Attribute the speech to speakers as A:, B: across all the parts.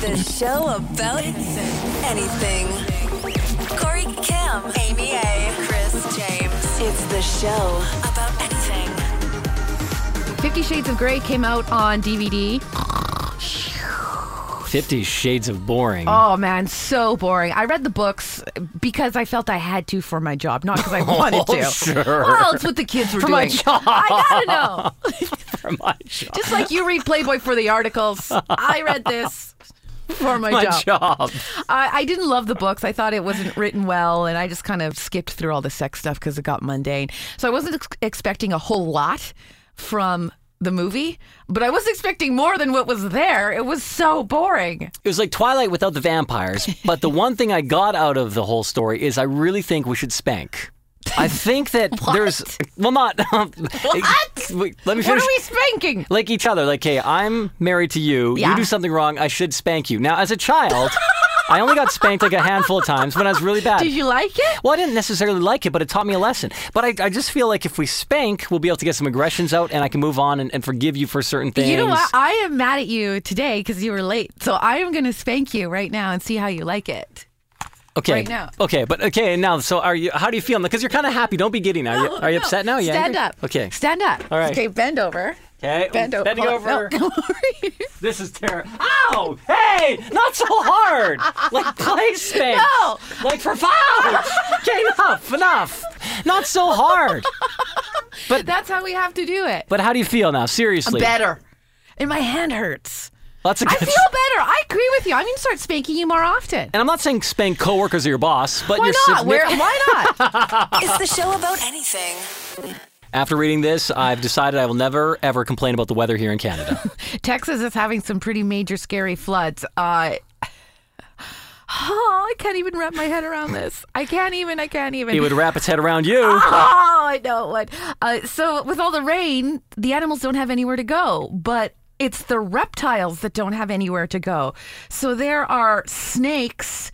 A: The show about anything. Corey Kim, Amy A, Chris James. It's the show about anything.
B: Fifty Shades of Grey came out on DVD.
C: Fifty Shades of Boring.
B: Oh man, so boring. I read the books because I felt I had to for my job, not because I wanted to.
C: sure.
B: Well, it's what the kids were
C: For my
B: doing.
C: job.
B: I gotta know.
C: for my job.
B: Just like you read Playboy for the articles, I read this for my,
C: My job.
B: I, I didn't love the books. I thought it wasn't written well, and I just kind of skipped through all the sex stuff because it got mundane. So I wasn't ex- expecting a whole lot from the movie, but I was expecting more than what was there. It was so boring.
C: It was like Twilight without the vampires. But the one thing I got out of the whole story is I really think we should spank. I think that there's well not um,
B: What?
C: Wait, let me
B: What
C: finish.
B: are we spanking?
C: like each other. Like, hey, I'm married to you.
B: Yeah.
C: You do something wrong. I should spank you. Now, as a child, I only got spanked like a handful of times when I was really bad.
B: Did you like it?
C: well, I didn't necessarily like it, but it taught me a lesson. But I, I just feel like if we spank, we'll be able to get some aggressions out, and I can move on and, and forgive you for certain things.
B: You know what? I am mad at you today because you were late. So I am going to spank you right now and see how you like it.
C: Okay.
B: right now.
C: Okay, but okay now. So, are you? How do you feel? Because you're kind of happy. Don't be giddy now. You- are you
B: No.
C: upset now? Yeah.
B: Stand up.
C: Oh, Okay.
B: Stand up.
C: All right.
B: Okay, bend over.
C: Okay.
B: Bend over.
C: Bending
B: Hold on.
C: over.
B: Oh, No, come over here.
C: This is terrible. Ow! Hey! Not so hard! Like play space!
B: No!
C: Like for fun! okay, enough! Enough! Not so hard!
B: That's how we have to do it.
C: But how do you feel now? Seriously.
B: better. And my hand hurts.
C: Lots of
B: I
C: good
B: feel better. I agree with you. I'm going to start spanking you more often.
C: And I'm not saying spank coworkers or your boss, but
B: Why
C: your
B: not? Where,
C: significant-
B: why not?
A: It's the show about anything.
C: After reading this, I've decided I will never ever complain about the weather here in Canada.
B: Texas is having some pretty major scary floods. Uh, oh, I can't even wrap my head around this. I can't even. I can't even.
C: it would wrap its head around you.
B: oh, I know what. Uh, so with all the rain, the animals don't have anywhere to go, but it's the reptiles that don't have anywhere to go. So there are snakes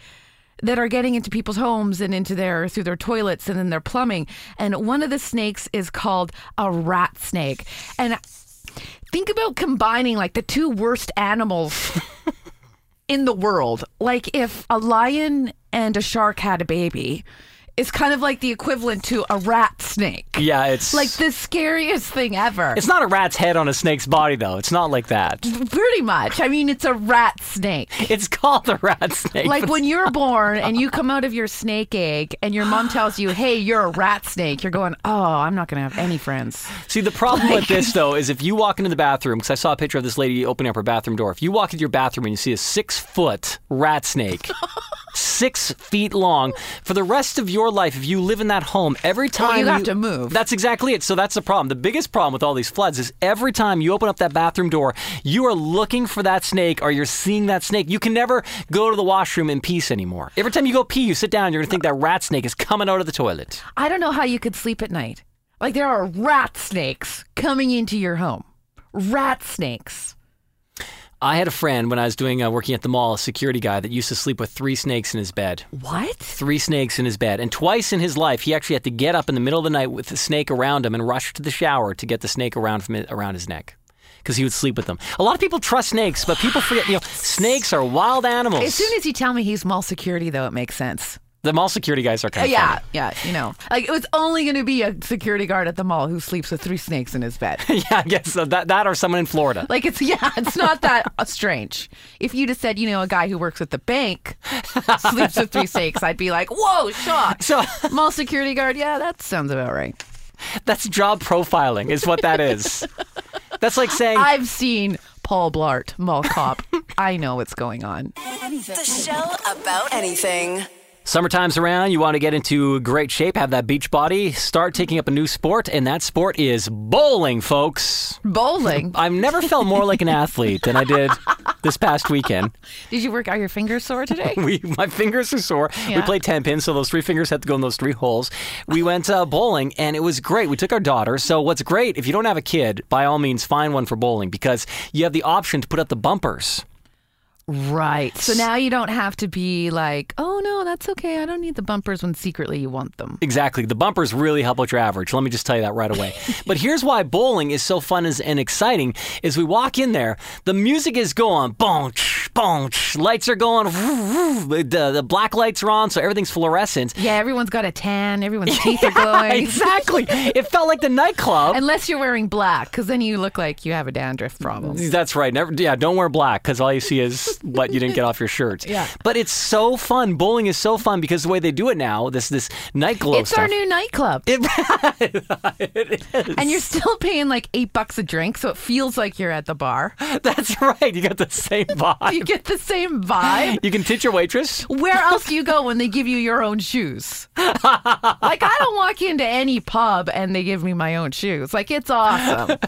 B: that are getting into people's homes and into their through their toilets and in their plumbing. And one of the snakes is called a rat snake. And think about combining like the two worst animals in the world. Like if a lion and a shark had a baby, it's kind of like the equivalent to a rat snake.
C: Yeah, it's
B: Like the scariest thing ever.
C: It's not a rat's head on a snake's body though. It's not like that.
B: pretty much. I mean, it's a rat snake.
C: It's called the rat snake.
B: Like
C: but
B: when you're born and you come out of your snake egg and your mom tells you, "Hey, you're a rat snake." You're going, "Oh, I'm not going to have any friends."
C: See, the problem with this, though, is if you walk into the bathroom, because I saw a picture of this lady opening up her bathroom door. If you walk into your bathroom and you see a six foot rat snake, six feet long, for the rest of your life, if you live in that home, every time
B: you have to move.
C: That's exactly it. So that's the problem. The biggest problem with all these floods is every time you open up that bathroom door, you are looking for that snake or you're seeing that snake. You can never go to the washroom in peace anymore. Every time you go pee, you sit down, you're going to think that rat snake is coming out of the toilet.
B: I don't know how you could sleep at night. Like there are rat snakes coming into your home. Rat snakes.
C: I had a friend when I was doing uh, working at the mall, a security guy that used to sleep with three snakes in his bed.
B: What?
C: Three snakes in his bed. And twice in his life, he actually had to get up in the middle of the night with the snake around him and rush to the shower to get the snake around from it, around his neck because he would sleep with them. A lot of people trust snakes, but people forget, you know, snakes are wild animals.
B: As soon as you tell me he's mall security, though, it makes sense.
C: the mall security guys are kind of
B: yeah, yeah, you know, like it was only going to be a security guard at the mall who sleeps with three snakes in his bed.
C: yeah, I guess so. that that or someone in Florida.
B: Like it's yeah, it's not that uh, strange. If you just said, you know, a guy who works at the bank sleeps with three snakes, I'd be like, whoa, shocked.
C: So
B: Mall security guard, yeah, that sounds about right.
C: that's job profiling, is what that is. that's like saying
B: I've seen Paul Blart, mall cop. I know what's going on.
A: The show about anything.
C: Summertime's around, you want to get into great shape, have that beach body, start taking up a new sport, and that sport is bowling, folks.
B: Bowling.
C: I've never felt more like an athlete than I did this past weekend.
B: Did you work out your fingers sore today?
C: We, my fingers are sore. We
B: Yeah.
C: played 10 pins, so those three fingers had to go in those three holes. We went uh, bowling, and it was great. We took our daughter. So, what's great, if you don't have a kid, by all means, find one for bowling because you have the option to put up the bumpers.
B: Right. So now you don't have to be like, oh no, that's okay. I don't need the bumpers when secretly you want them.
C: Exactly. The bumpers really help out your average. Let me just tell you that right away. but here's why bowling is so fun is- and exciting is we walk in there, the music is going, boom, tsh, boom, lights are going, the, the black lights are on, so everything's fluorescent.
B: Yeah, everyone's got a tan. Everyone's teeth are glowing.
C: exactly. It felt like the nightclub.
B: Unless you're wearing black, because then you look like you have a dandruff problem.
C: That's right. Never, yeah, don't wear black because all you see is what you didn't get off your shirt.
B: Yeah.
C: But it's so fun. Bowling is so fun because the way they do it now, this this night glow
B: it's
C: stuff.
B: our new nightclub.
C: it is.
B: and you're still paying like eight bucks a drink, so it feels like you're at the bar.
C: That's right. You got the same vibe.
B: You get the same vibe.
C: You can teach your waitress.
B: Where else do you go when they give you your own shoes? like I don't walk into any pub and they give me my own shoes. Like it's awesome.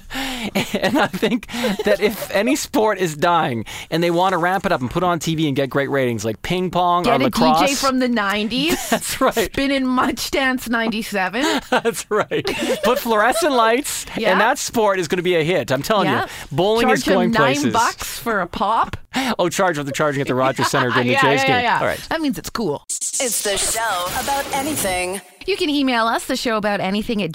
C: And I think that if any sport is dying and they want to ramp it up and put on TV and get great ratings, like ping pong
B: Get
C: or
B: a
C: lacrosse.
B: DJ from the '90s.
C: That's right.
B: Been in Much Dance '97.
C: That's right. Put fluorescent lights,
B: Yeah.
C: and that sport is going to be a hit. I'm telling
B: Yeah.
C: you, bowling
B: Charge
C: is going
B: him nine
C: places.
B: bucks for a pop.
C: Oh, charge with the charging at the Rogers Center during
B: yeah,
C: the Jays
B: yeah,
C: game.
B: yeah, yeah.
C: All right.
B: That means it's cool.
A: It's the show about anything.
B: You can email us, the show about anything at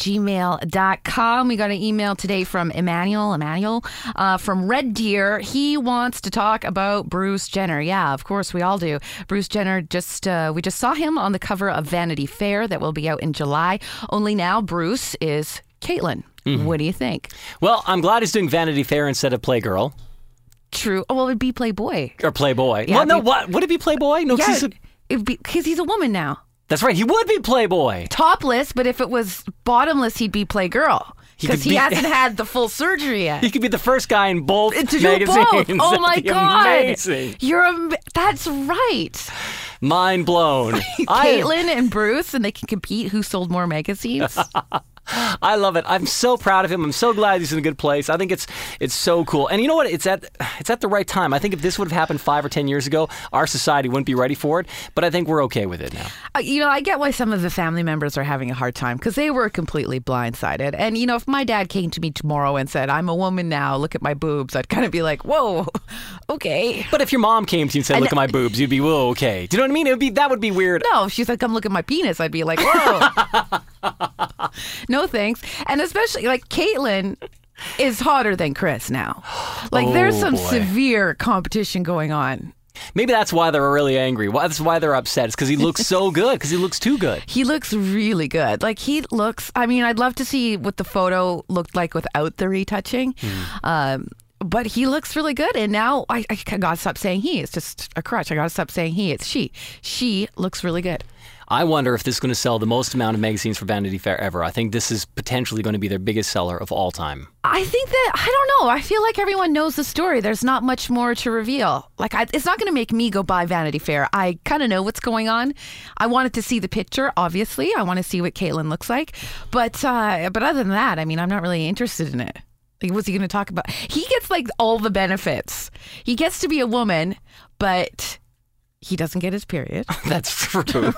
B: gmail.com. We got an email today from Emmanuel, Emmanuel uh, from Red Deer. He wants to talk about Bruce Jenner. Yeah, of course, we all do. Bruce Jenner, just uh, we just saw him on the cover of Vanity Fair that will be out in July. Only now, Bruce is Caitlyn.
C: Mm-hmm.
B: What do you think?
C: Well, I'm glad he's doing Vanity Fair instead of Playgirl
B: True. Oh, well, it'd be Playboy.
C: or Playboy.
B: Yeah,
C: well, no,
B: be-
C: what would it be Playboy? No, 'cause
B: Yeah,
C: he's a-
B: it'd be because he's a woman now.
C: that's right. He would be Playboy.
B: Topless, but if it was bottomless, he'd be Playgirl
C: could
B: because he,
C: be-
B: hasn't had the full surgery yet.
C: He could be the first guy in both
B: to do
C: magazines.
B: both. Oh
C: That'd
B: my
C: be
B: god!
C: Amazing.
B: You're am- that's right.
C: Mind blown. I,
B: Caitlyn and Bruce, and they can compete who sold more magazines.
C: I love it. I'm so proud of him. I'm so glad he's in a good place. I think it's it's so cool. And you know what? It's at it's at the right time. I think if this would have happened five or ten years ago, our society wouldn't be ready for it. But I think we're okay with it now.
B: Uh, you know, I get why some of the family members are having a hard time because they were completely blindsided. And you know, if my dad came to me tomorrow and said, "I'm a woman now. Look at my boobs," I'd kind of be like, "Whoa, okay."
C: But if your mom came to you and said, "Look at my boobs," you'd be, "Whoa, okay." Do you know what I mean? It would be that would be weird.
B: No, if she's like, come look at my penis. I'd be like, whoa. no thanks. And especially like Caitlyn is hotter than Chris now. Like there's
C: Oh,
B: some
C: boy.
B: severe competition going on.
C: Maybe that's why they're really angry. Why that's why they're upset. It's because he looks so good. Because he looks too good.
B: He looks really good. Like he looks. I mean, I'd love to see what the photo looked like without the retouching.
C: Hmm.
B: Um, but he looks really good. And now I, I gotta stop saying he. It's just a crutch. I gotta stop saying he. It's she. She looks really good.
C: I wonder if this is going to sell the most amount of magazines for Vanity Fair ever. I think this is potentially going to be their biggest seller of all time.
B: I think that I don't know. I feel like everyone knows the story. There's not much more to reveal. Like I, it's not going to make me go buy Vanity Fair. I kind of know what's going on. I wanted to see the picture. Obviously, I want to see what Caitlyn looks like. But uh, but other than that, I mean, I'm not really interested in it. Like, what's he going to talk about? He gets like all the benefits. He gets to be a woman, but he doesn't get his period.
C: That's true.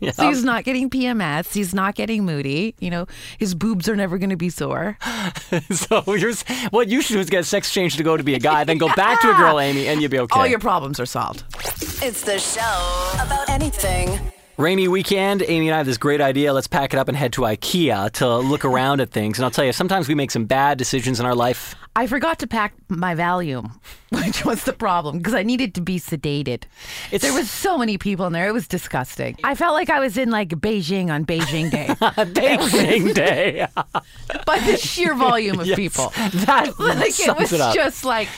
C: Yeah.
B: So he's not getting PMS. He's not getting moody. You know, his boobs are never going to be sore.
C: So here's what you should do is get a sex change to go to be a guy, then go back to a girl, Amy, and you'll be okay.
B: All your problems are solved.
A: It's the show about anything.
C: Rainy weekend. Amy and I have this great idea. Let's pack it up and head to IKEA to look around at things. And I'll tell you, sometimes we make some bad decisions in our life.
B: I forgot to pack my Valium, which was the problem because I needed to be sedated.
C: It's-
B: there was so many people in there; it was disgusting. I felt like I was in like Beijing on Beijing Day
C: Baking day.
B: by the sheer volume of people.
C: That
B: Like it
C: sums
B: was
C: it up.
B: just like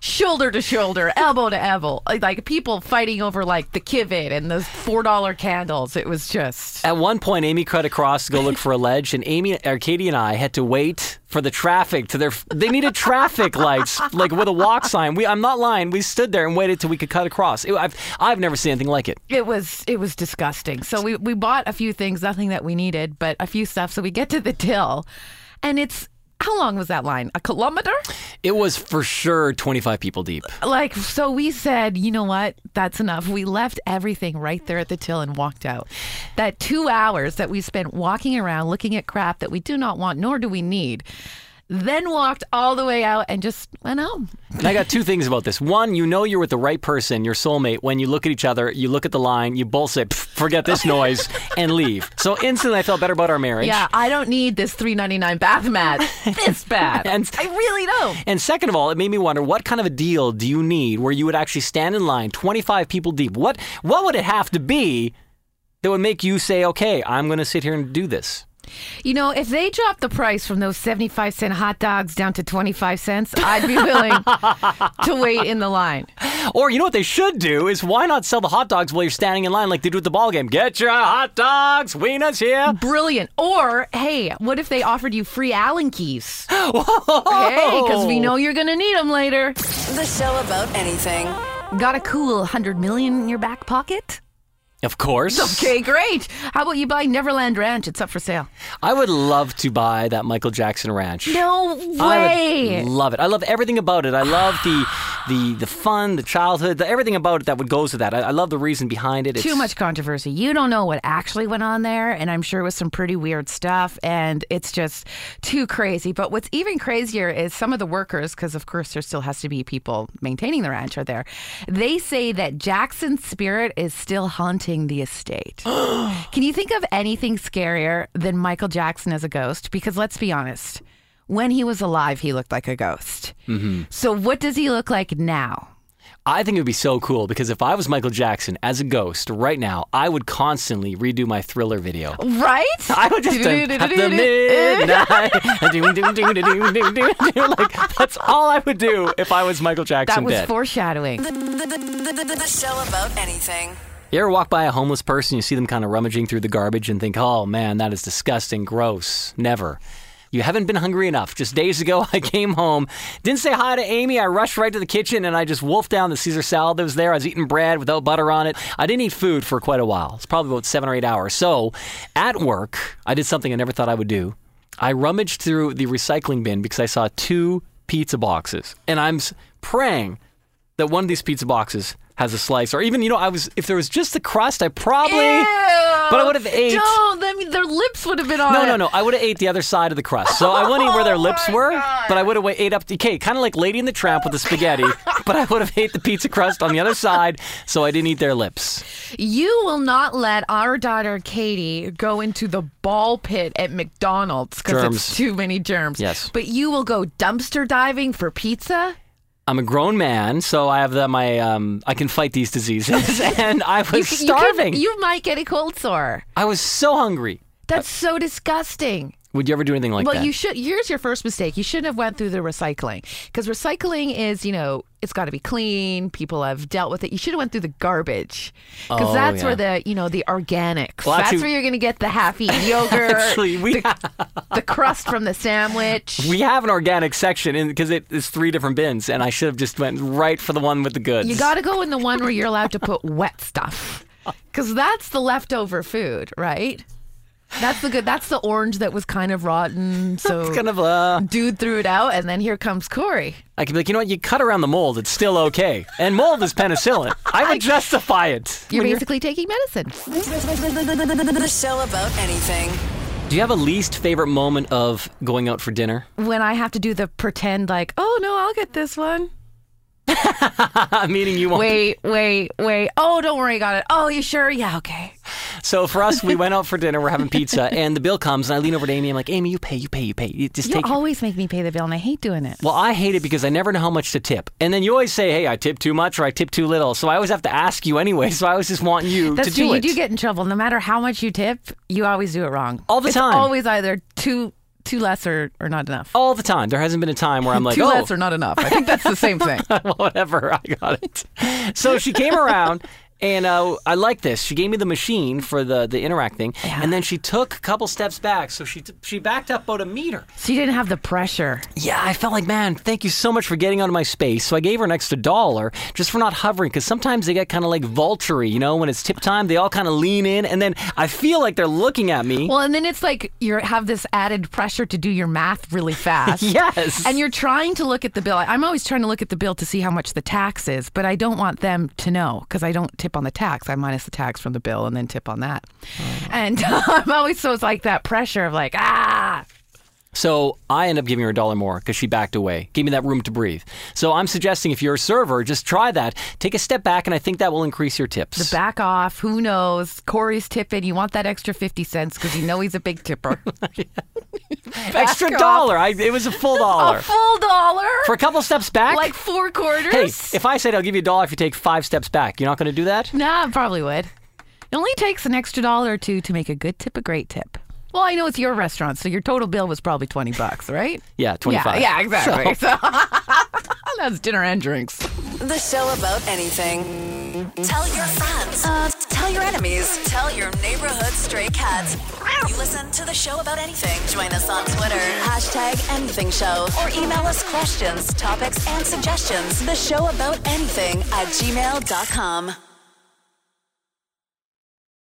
B: shoulder to shoulder, elbow to elbow, like, like people fighting over like the civet and those four dollar candles. It was just
C: At one point, Amy cut across to go look for a ledge, and Amy, Arcadia, and I had to wait for the traffic to their. They needed traffic lights, like with a walk sign. We, I'm not lying. We stood there and waited till we could cut across. It- I've, I've never seen anything like it.
B: It was it was disgusting. So we we bought a few things, nothing that we needed, but a few stuff. So we get to the till, and it's how long was that line? A kilometer?
C: It was for sure 25 people deep.
B: Like so we said, you know what? That's enough. We left everything right there at the till and walked out. That 2 hours that we spent walking around looking at crap that we do not want nor do we need. then walked all the way out and just went home.
C: And I got two things about this. One, you know you're with the right person, your soulmate, when you look at each other, you look at the line, you both say, "Pff, forget this noise, and leave. So instantly I felt better about our marriage.
B: Yeah, I don't need this three ninety nine bath mat this bad.
C: And-
B: I really don't.
C: And second of all, it made me wonder what kind of a deal do you need where you would actually stand in line 25 people deep? What what would it have to be that would make you say, "Okay, I'm going to sit here and do this?"
B: You know, if they dropped the price from those seventy five cent hot dogs down to twenty five cents, I'd be willing to wait in the line.
C: Or you know what they should do is why not sell the hot dogs while you're standing in line like they do at the ball game? Get your hot dogs, Wiener's here.
B: Brilliant. Or hey, what if they offered you free Allen keys? Whoa! Hey, because we know you're gonna need them later.
A: The show about anything.
B: Got a cool hundred million in your back pocket?
C: Of course.
B: Okay, great. How about you buy Neverland Ranch? It's up for sale.
C: I would love to buy that Michael Jackson ranch.
B: No
C: I
B: way.
C: would love it. I love everything about it. I love the the the fun, the childhood, the, everything about it that would goes to that. I, I love the reason behind it. It's,
B: Too much controversy. You don't know what actually went on there, and I'm sure it was some pretty weird stuff, and it's just too crazy. But what's even crazier is some of the workers, because of course there still has to be people maintaining the ranch, are there. They say that Jackson's spirit is still haunting the estate. Can you think of anything scarier than Michael Jackson as a ghost? Because let's be honest, when he was alive, he looked like a ghost.
C: Mm-hmm.
B: So what does he look like now?
C: I think it would be so cool because if I was Michael Jackson as a ghost right now, I would constantly redo my Thriller video.
B: Right?
C: I would just um, at the midnight, do, do, do, do, do, do, do, do. like that's all I would do if I was Michael
B: That
C: Jackson.
B: was
C: dead.
B: foreshadowing.
A: The, the, the, the, the, the show about anything.
C: You ever walk by a homeless person, you see them kind of rummaging through the garbage and think, oh man, that is disgusting, gross, never. You haven't been hungry enough. Just days ago, I came home, didn't say hi to Amy. I rushed right to the kitchen and I just wolfed down the Caesar salad that was there. I was eating bread without butter on it. I didn't eat food for quite a while. It's probably about seven or eight hours. So at work, I did something I never thought I would do. I rummaged through the recycling bin because I saw two pizza boxes. And I'm s- praying that one of these pizza boxes has a slice, or even you know, I was if there was just the crust, I probably. But I would have ate.
B: No, I mean, their lips would have been on.
C: No,
B: it.
C: no, no. I would have ate the other side of the crust. So I wouldn't eat where their
B: Oh
C: lips
B: my
C: were,
B: God.
C: but I would have ate up. Okay, kind of like Lady in the Tramp with the spaghetti, but I would have ate the pizza crust on the other side, so I didn't eat their lips.
B: You will not let our daughter Katie go into the ball pit at McDonald's because
C: Germs.
B: it's too many germs.
C: Yes.
B: But you will go dumpster diving for pizza?
C: I'm a grown man, so I have the, my um, I can fight these diseases, and I was
B: You c- you could-
C: starving.
B: You, might get a cold sore.
C: I was so hungry.
B: That's
C: Uh,
B: so disgusting.
C: Would you ever do anything like
B: well,
C: that?
B: you should. Here's your first mistake. You shouldn't have went through the recycling because recycling is, you know, it's got to be clean. People have dealt with it. You should have went through the garbage because
C: Oh,
B: that's
C: yeah.
B: where the, you know, the organics.
C: Well,
B: that's
C: actually-
B: where you're going to get the half-eaten yogurt,
C: Actually, we
B: the, the crust from the sandwich.
C: We have an organic section because it, it's three different bins, and I should have just went right for the one with the goods.
B: you got to go in the one where you're allowed to put wet stuff because that's the leftover food, right? That's the good. That's the orange that was kind of rotten. So
C: It's kind of uh,
B: dude threw it out, and then here comes Corey.
C: I could be like, you know what? You cut around the mold; it's still okay. And mold is penicillin. I would justify it.
B: You're
C: When you're-
B: basically taking medicine.
A: The, the, the, the, the, the, the show about anything.
C: Do you have a least favorite moment of going out for dinner?
B: when I have to do the pretend like, oh no, I'll get this one.
C: Meaning you won't.
B: Wait, wait, wait. Oh, don't worry, got it. Oh, you sure? Yeah, okay.
C: So for us, we went out for dinner. We're having pizza, and the bill comes, and I lean over to Amy. I'm like, Amy, you pay, you pay, you pay. You just
B: You
C: take. your-"
B: always make me pay the bill, and I hate doing it.
C: Well, I hate it because I never know how much to tip. And then you always say, hey, I tip too much or I tip too little. So I always have to ask you anyway. So I always just want you
B: That's
C: to
B: true.
C: do
B: you
C: it.
B: do get in trouble, no matter how much you tip. You always do it wrong.
C: All the
B: It's
C: time. Oh
B: Always either too too less or, or not enough.
C: all the time. There hasn't been a time where I'm like,
B: too
C: oh,
B: less or not enough. I think that's the same thing.
C: whatever, I got it. So she came around, and uh, I like this. She gave me the machine for the the interact thing, and then she took a couple steps back. So she t- she backed up about a meter.
B: So you didn't have the pressure.
C: Yeah, I felt like, man, thank you so much for getting out of my space. So I gave her an extra dollar just for not hovering, because sometimes they get kind of like vulturey, you know, when it's tip time, they all kind of lean in, and then I feel like they're looking at me.
B: Well, and then it's like you have this added pressure to do your math really fast.
C: Yes.
B: And you're trying to look at the bill. I'm always trying to look at the bill to see how much the tax is, but I don't want them to know because I don't tip on the tax. I minus the tax from the bill
C: Oh.
B: um, and then tip on that. And I'm always so it's like that pressure of like, ah.
C: So I end up giving her a dollar more because she backed away, gave me that room to breathe. So I'm suggesting if you're a server, just try that. Take a step back, and I think that will increase your tips.
B: Back off. Who knows? Corey's tipping. You want that extra 50 cents because you know he's a big tipper.
C: Extra
B: off.
C: dollar. I, it was a full dollar.
B: a full dollar?
C: For a couple steps back?
B: like four quarters?
C: hey, if I said I'll give you a dollar if you take five steps back, you're not going to do that?
B: Nah, I probably would. It only takes an extra dollar or two to make a good tip a great tip. Well, I know it's your restaurant, so your total bill was probably 20 bucks, right?
C: Yeah, 25.
B: Yeah, yeah exactly. So. that's dinner and drinks.
A: The show about anything. Tell your friends. Uh, tell your enemies. Tell your neighborhood stray cats. You listen to the show about anything. Join us on Twitter. Hashtag anything show. Or email us questions, topics, and suggestions. The show about anything at gmail.com.